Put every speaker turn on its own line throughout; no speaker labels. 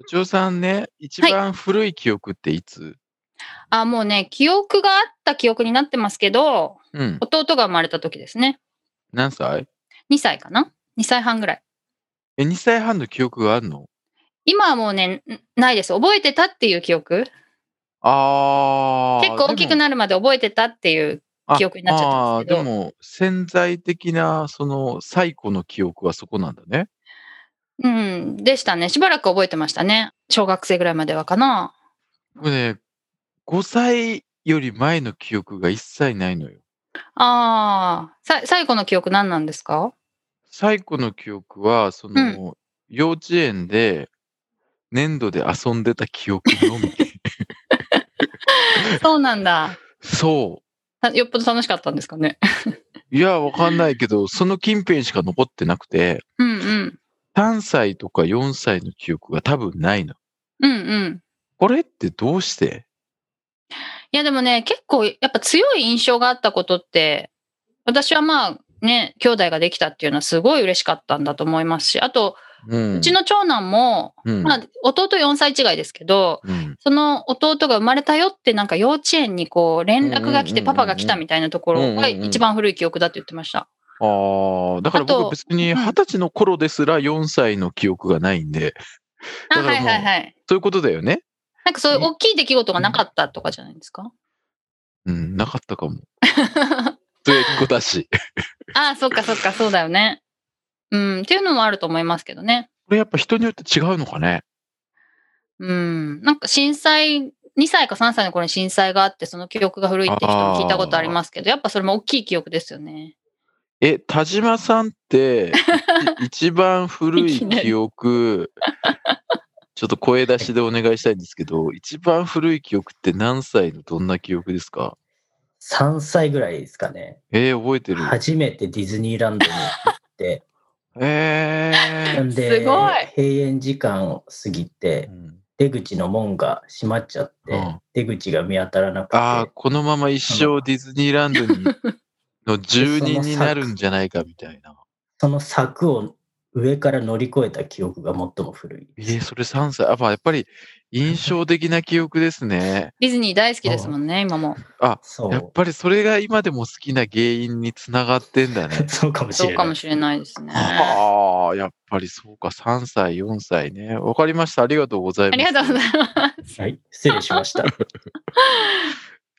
とちおさんね、一
はい
番古い記憶っていつ、
あもうね記憶があった記憶になってますけど
うん。
弟が生まれた時ですね
何歳
2歳かな2歳半ぐらい
え、2歳半の記憶があるの
今はもうねんないです覚えてたっていう記憶
あー。
結構大きく
っ
なるまで覚えてたっていう記憶になっちゃったんですけど
あーでも、潜在的な、その、最古の記憶はそこなんだね。
うんでしたねしばらく覚えてましたね小学生ぐらいまではかな
これね、5歳より前の記憶が一切ないのよ。
あーさ最後の記憶何なんですか
最古の記憶は、その、幼稚園で、粘土で遊んでた記憶 のみ。
そうなんだ
そう。
たよっぽど楽しかったんですかね
いや、わかんないけど、その近辺しか残ってなくて、
うんうん
3歳とか4歳の記憶が多分ないの。
うんうん
これってどうして
いやでもね結構やっぱ強い印象があったことって私はまあね兄弟ができたっていうのはすごい嬉しかったんだと思いますしあと
うん。
うちの長男も、
うん、
まあ、弟4歳違いですけど
うん
その弟が生まれたよってなんか幼稚園にこう連絡が来て
うんうんうんう
パ
ん
パが来たみたいなところが一番古い記憶だって言ってました。
あーだから
あ
僕
と
別に
うん
20歳の頃ですら4歳の記憶がないんで、
あ
だか
はい
らもう
はいはい。
そういうことだよね。
なんかそういう大きい出来事がなかったとかじゃないです か。
うん、なかったかも。末っ子 だし。
ああそっかそっかそうだよね。うんっていうのもあると思いますけどね。
これやっぱ人によって違うのかね。
うんなんか震災2歳か3歳の頃に震災があってその記憶が古いって人も聞いたことありますけどやっぱそれも大きい記憶ですよね。
え、田島さん って、い一番古
い
い
きなり
記憶、ちょっと声出しでお願いしたいんですけど、一番古い記憶って何歳のどんな記憶ですか
3歳ぐらいですかね。
えー、覚えてる。
初めてディズニーランドに行って、
え
な
ー
ん
す
で、
ごい
閉園時間を過ぎて
う、ん
出口の門が閉まっちゃって、
うん
出口が見当たらなくて、
ああ、このまま一生ディズニーランドにの住人になるんじゃないかみたいな。
その柵を上から乗り越えた記憶が最も古い
え。ー、それ3歳。あ、まあ、やっぱり印象的な記憶ですね。
ディズニー大好きですもんね今も。
そ
やっ
う。
ぱりそれが今でも好きな原因につながってんだね。
そうかもし
そ
れ
うか
な
も
い。
しれないですね。
はあ、やっぱりそうか、3歳、4歳ね。わかりました。ありがとうござい
あ
ます。
りがとうございます。
はい、失礼しました。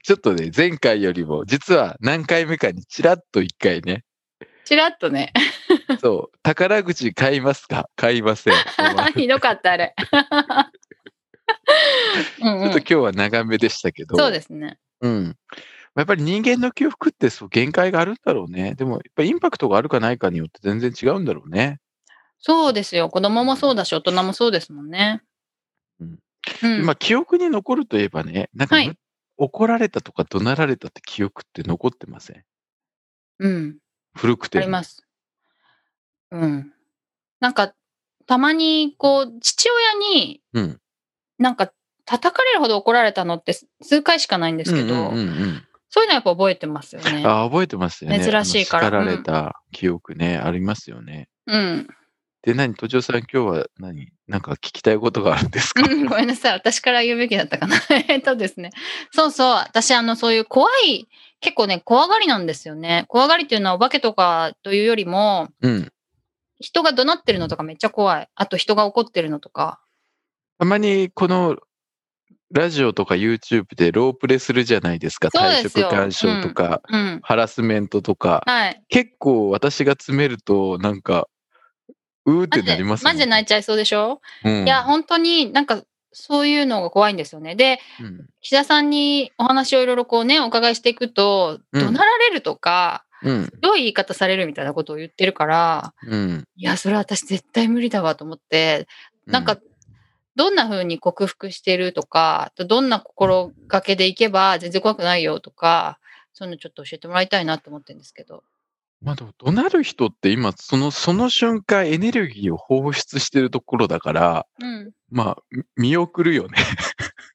ちょっとね、前回よりも、実は何回目かにちらっと1回ね、
ちらっとね、
そう、宝くじ買いますか買いま せん。ち
ひどかったあ れ。うん
ょ
う
っと今
ん、
日は長めでしたけど、
そうですね。
うん。やっぱり人間の記憶ってそう限界があるんだろうね。でも、やっぱりインパクトがあるかないかによって全然違うんだろうね。
そうですよ。子供もそうだし、大人もそうですもんね。
うん
うん
今、記憶に残るといえばね、なんか、
はい
怒られたとか怒鳴られたって記憶って残ってません。
うん、
古くて
あ
も。
ります。うん。なんか、たまに、こう、父親に
うん。
なんか、叩かれるほど怒られたのって数回しかないんですけど、
うんうんうんうん
そういうのはやっぱ覚えてますよね。
あ覚えてますよね。
珍しいから
あの叱ら
う
れ
ん
た記憶ね、ありますよね。
うん。
で、何、都庁さん、今日は何、なんか聞きたいことがあるんですか、
うん、ごめんなさい。私から言うべきだったかな。 えっとですね。そうそう。私、あの、そういう怖い、結構ね、怖がりなんですよね。怖がりっていうのはお化けとかというよりも、
うん
人が怒鳴ってるのとかめっちゃ怖い。あと人が怒ってるのとか。
たまに、この、ラジオとか YouTube でロープレするじゃないですか。
そう
退
ですよ
職干渉とか、
うん。
ハラスメントとか。
はい。
結構私が詰めると、なんか、うーってなります
マジで泣い
い。
ちゃいそうでしょ、
うん、
いや、本当になんか、そういうのが怖いんですよね。で、
うん、
岸田さんにお話をいろいろこうね、お伺いしていくと、
うん
怒鳴られるとか、
うん、
どういう言い方されるみたいなことを言ってるから、
うん。
いや、それ私絶対無理だわと思って、なんか、どんな風に克服してるとか、あとどんな心がけでいけば全然怖くないよとか、そういうのちょっと教えてもらいたいなと思ってるんですけど。
まあでも怒鳴る人って今そのその瞬間エネルギーを放出してるところだから
うん。
まあみ見送る よね。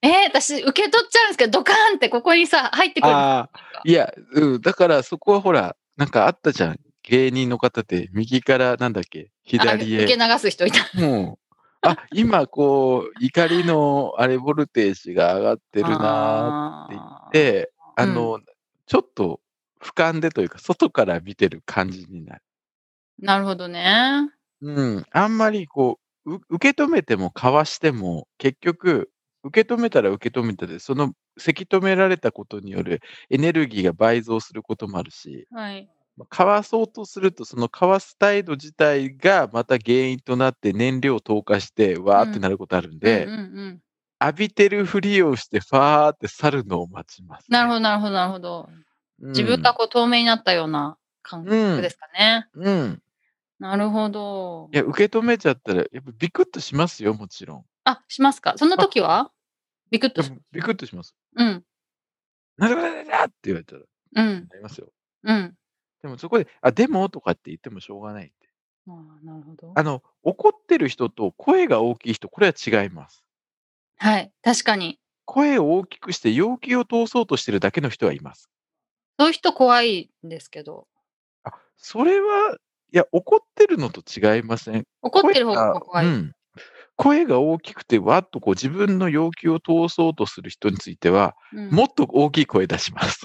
えー私受け取っちゃうんですけど、ドカーンってここにさ、入ってくる。
ああいや、うん、だからそこはほらなんかあったじゃん芸人の方で右からなんだっけ左
あ受け
へ
流す人いた。
もうあ今こう怒りのあれボルテージが上がってるなーって言ってあ
ー
の、ちょっと俯瞰でというか外から見てる感じになる。
なるほどね。
うん、あんまりこうう受け止めてもかわしても結局受け止めたら受け止めたでそのせき止められたことによるエネルギーが倍増することもあるし
はい。
まあかわそうとするとそのかわす態度自体がまた原因となって燃料を投下してわーってなることあるんで、
うんうんうん、
浴びてるふりをしてファーって去るのを待ちます、
なるほ
ど、
ど、なるほど、なるほど。
うん
自分がこう透明になったような感覚ですかね。
うん
なるほど
い。や受け止めちゃったらやっぱビクッとしますよもちろん
あ、しますか。そんな時はビクッと
で
し
もビクッとします
うん、
なんだかんだかんだって言われたら
うん、
なりますよ
うん。
でもそこで、あ、でもとかって言ってもしょうがないって。
あーなるほど。
あの、怒ってる人と声が大きい人、これは違います。
はい、確かに。
声を大きくして要求を通そうとしてるだけの人はいます。
そういう人怖いんですけど、
あ、それは、いや、怒ってるのと違いません。
怒ってる方が
声
怖い。
うん。声が大きくて、わっとこう自分の要求を通そうとする人については、
うん
もっと大きい声出します。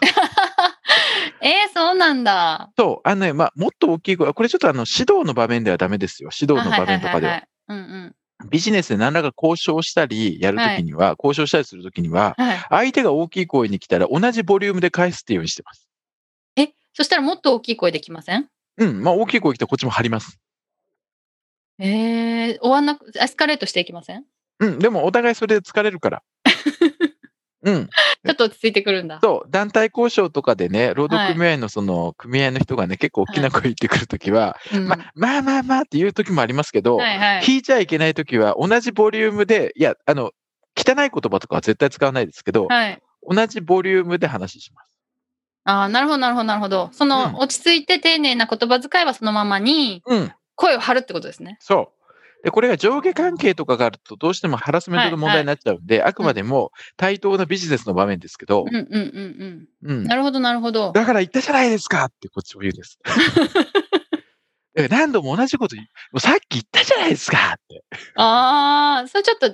えー、そうなんだ。
そう、あのね、まあ、もっと大きい声、これちょっとあの、指導の場面ではダメですよ。指導の場面とかで
いはい
は。
はいうん
ビジネスで何らか交渉したり、やるときには、交渉したりするときには、
うん。はい。
相手が大きい声に来たら同じボリュームで返すっていうようにしてます。
え、そしたらもっと大きい声できません
うん。まあ大きい声来たらこっちも張ります。
えー、終わんなく、エスカレートしていきません
うん。でもお互いそれで疲れる から。うん。
ちょっと落ち着いてくるんだ。
そう。団体交渉とかでね、労働組合のその組合の人がね、結構大きな声言ってくるときは、
うん
まあまあまあまあっていうときもありますけど、
はいはい。
引いちゃいけないときは同じボリュームで、いや、あの、汚い言葉とかは絶対使わないですけど、
はい。
同じボリュームで話します。
ああ、なるほど、なるほど、なるほど。その、
うん
落ち着いて丁寧な言葉遣いはそのままに、
うん。
声を張るってことですね。
そう。で、これが上下関係とかがあると、どうしてもハラスメントの問題になっちゃうんで、あくまでも対等なビジネスの場面ですけ
う、
ど
んうんうん
う
うんん。。なるほど、なるほど。
だから言ったじゃないですかってこっちも言 うんです。だから何度も同じこと言う、もうさっき言ったじゃないですかっ
ああ、それちょっと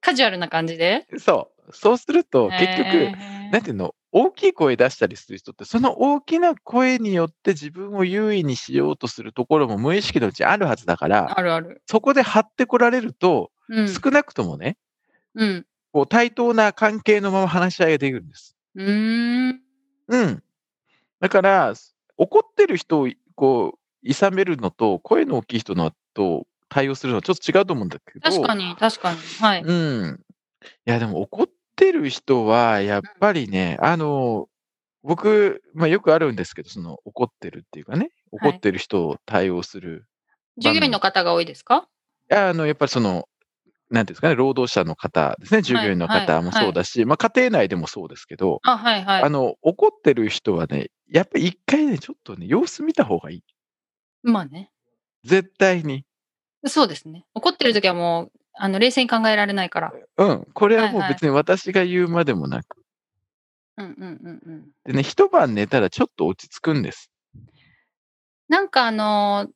カジュアルな感じで。
て。そう。そうすると、結
へ
局、
ー
なんていうの、大きい声出したりする人って、その大きな声によって自分を優位にしようとするところも無意識のうちあるはずだから、
あるある。
そこで張ってこられると、
うん。
少なくともね、
うん。
こう対等な関係のまま話し合いができるんです。
うーん。
うん。だから、す怒ってる人をいこう、いさめるのと、声の大きい人のと対応するのはちょっと違うと思うんだけど。
確かに、確かに。はい。
うん。いや、でも怒ってる人は、やっぱりね、あの、僕、まあ、よくあるんですけど、その怒ってるっていうかね、
はい
怒ってる人を対応する。
従業員の方が多いですか
あの、やっぱりその、なんていうんですかね、労働者の方ですね、従業員の方もそうだし、まあ、家庭内でもそうですけど、
あ、はいは
あ
い。
の、怒ってる人はね、やっぱり一回ね、ちょっとね、様子見た方がいい。
まあね。
絶対に。
そうですね。怒ってる時はもう、あの冷静に考えられないから。
うん。これはも
は
う
いはい
別に私が言うまでもなく。
うんうんうんうん。
でね、一晩寝たらちょっと落ち着くんです。
なんかあのー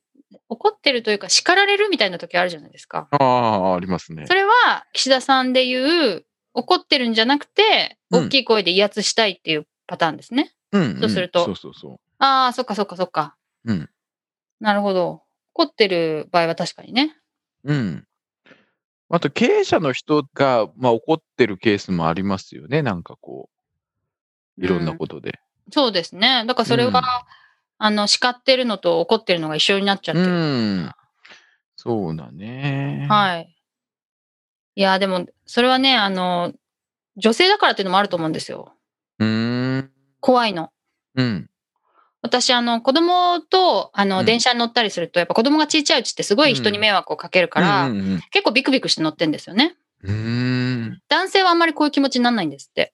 怒ってるというか叱られるみたいな時あるじゃないですか。
ああ、ありますね
そ。れは岸田さんで言う怒ってるんじゃなくて
うん
大きい声で威圧したいっていうパターンですね。
うん、ん
そうすると
そうそうそ
ああそっかそっかそっか。
うん
なるほど。怒ってる場合は確かにね。
う。うん。あと、経営者の人が、まあ、怒ってるケースもありますよね。なんかこう、いろんな
と、
ことで。
そうですね。だからそれは、
うん
あの叱ってるのと怒ってるのが一緒になっちゃっ
う
てる。
ん。そうだね。
はい。いやでもそれはねあの女性だからっていうのもあると思うんですよ。
うーん。
怖いの。
うん。
私、あの、子供と、あの、
うん
電車に乗ったりすると、やっぱ子供が小さいうちってすごい人に迷惑をかけるから、
うんうんうん
結構ビクビクして乗ってんですよね。
うーん。
男性はあんまりこういう気持ちにならないんですって。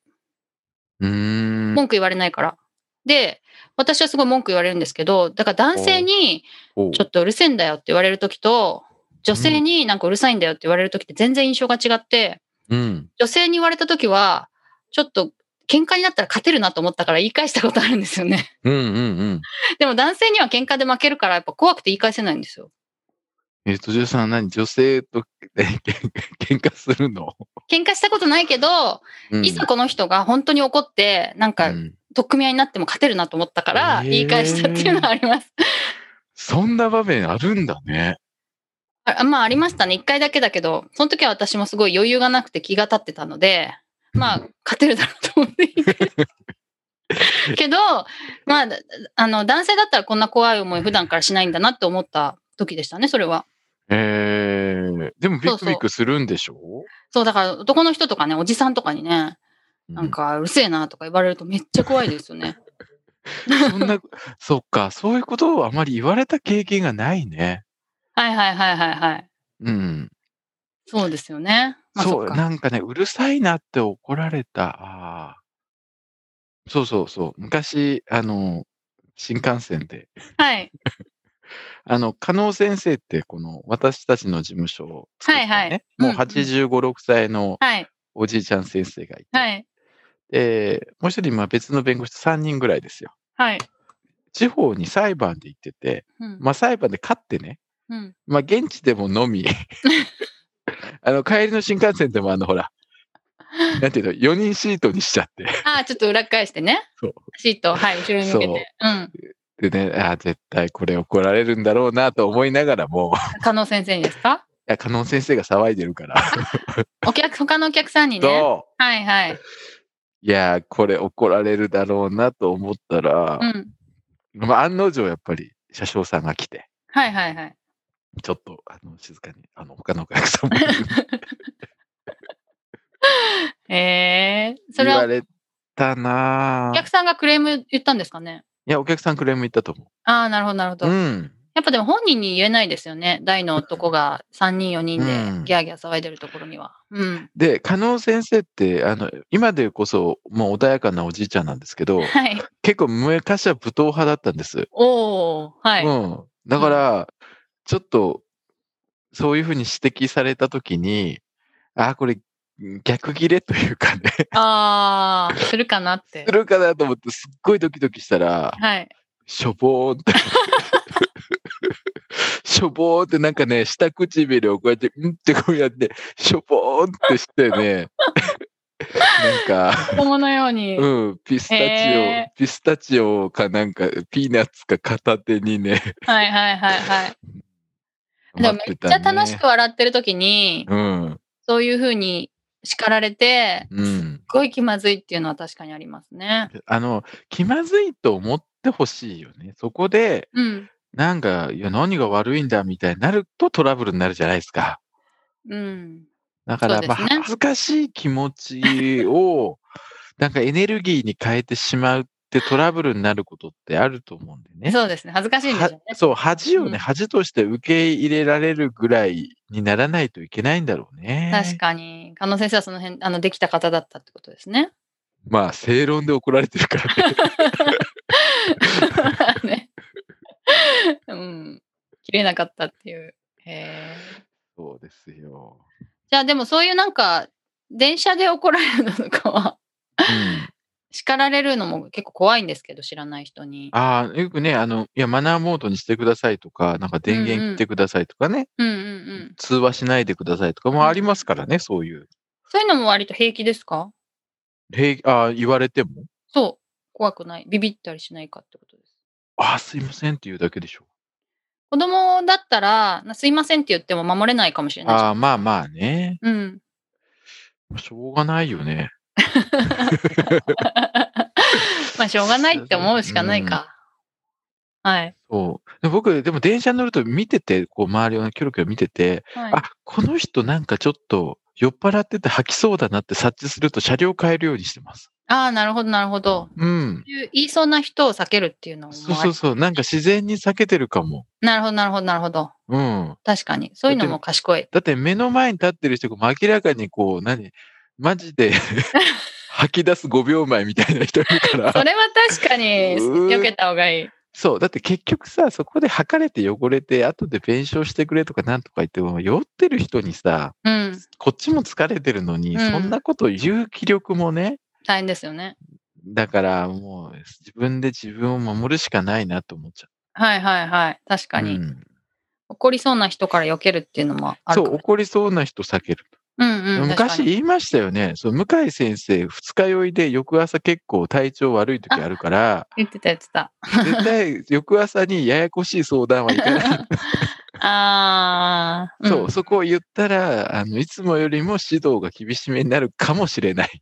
うーん。
文句言われないから。で、私はすごい文句言われるんですけど、だから男性に
おう
ちょっとうるせえんだよって言われるときと、女性になんかうるさいんだよって言われるときって全然印象が違って、
うん。
女性に言われたときは、ちょっと喧嘩になったら勝てるなと思ったから言い返したことあるんですよね。
うんうんうん。
でも男性には喧嘩で負けるからやっぱ怖くて言い返せないんですよ。
えっと、じゅうさん、何女性と 喧嘩するの、
喧嘩したことないけど、
うん、
いざこの人が本当に怒って、なんか
うん
取っ組み合いになっても勝てるなと思ったから
へー
言い返したっていうのはあります。
そんな場面あるんだね。
あまあありましたね。一回だけだけど、その時は私もすごい余裕がなくて気が立ってたので、まあ、勝てるだろうと思って言 ってるけど、まあ、あの、男性だったらこんな怖い思い普段からしないんだなって思った時でしたね、それは。
えー、でもビ
そうそ
ク
う
ビクするんでしょ
そう、だから男の人とかね、おじさんとかにね、なんかうるせえなとか言われるとめっちゃ怖いですよね。
うんそんな、 そっか、そういうことをあまり言われた経験がないね。
はいはいはいはいはい。
うん。
そうですよね。まあ、
そ
そうっか。
なんかね、うるさいなって怒られた。あーそうそうそう。昔、あの、新幹線で、
はい。
あの、加納先生って、この、私たちの事務所を作った、ね、
はいはい
もう
うんうん
85、6歳の
はい。
おじいちゃん先生がいて、
はい。
で、もう一人、まあ別の弁護士3人ぐらいですよ。
はい。
地方に裁判で行ってて、
うん。
まあ裁判で勝ってね、
うん
まあ現地でも 飲み、あの、帰りの新幹線でもあの、ほら、なんていうの、4人シートにしちゃって。
ああ、ちょっと裏返してね。
そう
シート、はい、後ろに向けて。うん。
でね、あー絶対これ怒られるんだろうなと思いながらも、い
加納先生にですか
や加納先生が騒いでるから。
お客、他のお客さんにね。
と、
はいはい。
いやー、これ怒られるだろうなと思ったら
う、ん。
まあ案の定やっぱり車掌さんが来て、
はいはいはい。
ちょっとあの静かに、あの、他のお客さんも
えー、 そ
言
れ
わ
は
れたな
お
ぁ
客さんがクレーム言ったんですかね
いや、お客さんクレーム言ったと思
ああ、なるほどなるほ
う。
ど。
う
や
ん。
っぱでも本人に言えないですよね。大の男が3人4人
うん
でギャーギャー騒いでるところには。うん。
で、加納先生って、あの、今でこそ、もう穏やかなおじいちゃんなんですけど、
はい。
結構昔は武闘派だったんです。
おー、はい。
うん。だから、ちょっと、そういうふうに指摘されたときに、あー、これ、逆切れというかね、
ああ、するかなって
す。るかなと思って、すっごいドキドキしたら、
はい。
しょぼー んって。しょぼーんってなんかね、下唇をこうやって、うんってこうやって、しょぼーんってしてね、なんか、
子供のように。
うん、ピスタチオ、
へ
ピスタチオかなんか、ピーナッツか片手にね、
はいはいはいはい。で
待
も
っ
め
て
っち
た、
ゃ
ね。
楽しく笑ってる時に、
うん、
そういうふうに叱られて、
う
すっ
ん。
ごい気まずいっていうのは確かにありますね。
あの、気まずいと思ってほしいよね。そこで、
うん。
なんか、いや、何が悪いんだみたいになるとトラブルになるじゃないですか。
うん。
だから、
そう
ま
で
あ、
すね
恥ずかしい気持ちを、 なんかエネルギーに変えてしまうってトラブルになることってあると思うんでね。
そうですね。恥ずかしいんで
は
すよね。
そう、恥をね、
うん
恥として受け入れられるぐらいにならないといけないんだろうね。
確かに。加納先生はその辺、あの、できた方だったってことですね。
まあ、正論で怒られてるからね。
ねうん。切れなかったっていう。へー
そうですよ。
じゃあでもそういうなんか、電車で怒られるのとかは、
うん、
叱られるのも結構怖いんですけど、知らない人に。
ああ、よくね、あの、いや、マナーモードにしてくださいとか、なんか
う
電
んう
源
ん
切ってくださいとかね、
うんうんうん。
通話しないでくださいとかもありますからね、そういう。
そういうのも割と平気ですか
へいああ言われても。
そう。怖くない。ビビったりしないかってことです。
ああ、すいませんっていうだけでしょ。
子供だったら、なすいませんって言っても守れないかもしれないじゃ
あ
ん
あ、まあまあね。
うん。
しょうがないよね。
まあ、しょうがないって思うしかないか。はい。
そうで僕、でも電車に乗ると見てて、こう周りをキョロキョロ見てて、
はい
あ、この人なんかちょっと酔っ払ってて吐きそうだなって察知すると車両変えるようにしてます。
ああ、なるほど、なるほど。
うん。
そういう言いそうな人を避けるっていうのもあり
そうそうそう。なんか自然に避けてるかも。
なるほど、なるほど、なるほど。
うん。
確かに。そういうのも賢い。
だって目の前に立ってる人がもう明らかにこう、何マジで 吐き出す5秒前みたいな人いるか
そ
ら。
れは確かに、
うー
避けた方がいい。
そう。だって結局さ、そこで吐かれて汚れて、後で弁償してくれとかなんとか言っても、酔ってる人にさ、
うん。
こっちも疲れてるのに、
うん
そんなこと言う気力もね、
大変ですよね。
だからもう自分で自分を守るしかないなと思っちゃ
はいはいはい。確
う。
かに。
うん
怒りそうな人から避けるっていうのもある
そ
か
う、
も。
怒りそうな人避ける。
うんうん。確か
昔
に
言いましたよね。そう向井先生、二日酔いで翌朝結構体調悪い時あ るから、
言ってた言って た。
絶対翌朝にややこしい相談はいかない。
ああ。
そう、
ん
そこを言ったら、あの、いつもよりも指導が厳しめになるかもしれない。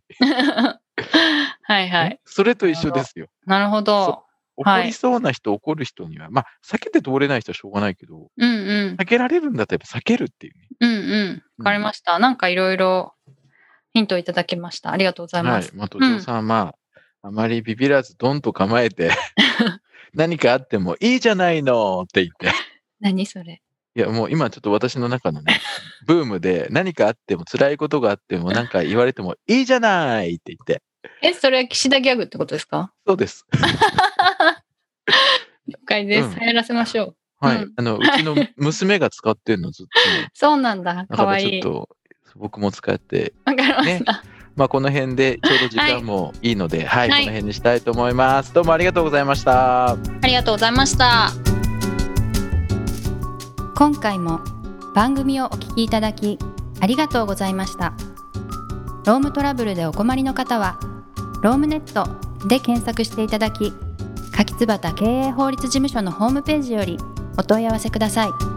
はいはい。
それと一緒ですよ。
なるほど。
怒りそうな人、怒る人には、まあ、避けて通れない人はしょうがないけど、
うんうん。
避けられるんだったらやっぱ避けるっていうね。
うんうん。わかりました。なんかいろいろヒントいただきました。ありがとうございま
はい
す。。
まあ、都庁さんは、まあ、あまりビビらず、ドンと構えて、 何かあってもいいじゃないのって言って。
何それ。
いや、もう今ちょっと私の中のね、ブームで、何かあっても、辛いことがあっても、なんか言われてもいいじゃないって言って。
え、それは岸田ギャグってことです か
そうです。
了解です。
うん
流行らせましょう。
はい。
うん
あの、うちの娘が使ってるのずっ
そうなんだ。か
と、なんか
わ
ちょ
い
っ
い。
と、僕も使って、
わかりました。
まあ、この辺でちょうど時間もいいので、はい、
はい
この辺にしたいと思います。どうもありがとうございました。
ありがとうございました。
今回も番組をお聞きいただきありがとうございましたロームトラブルでお困りの方はロームネットで検索していただき柿椿経営法律事務所のホームページよりお問い合わせください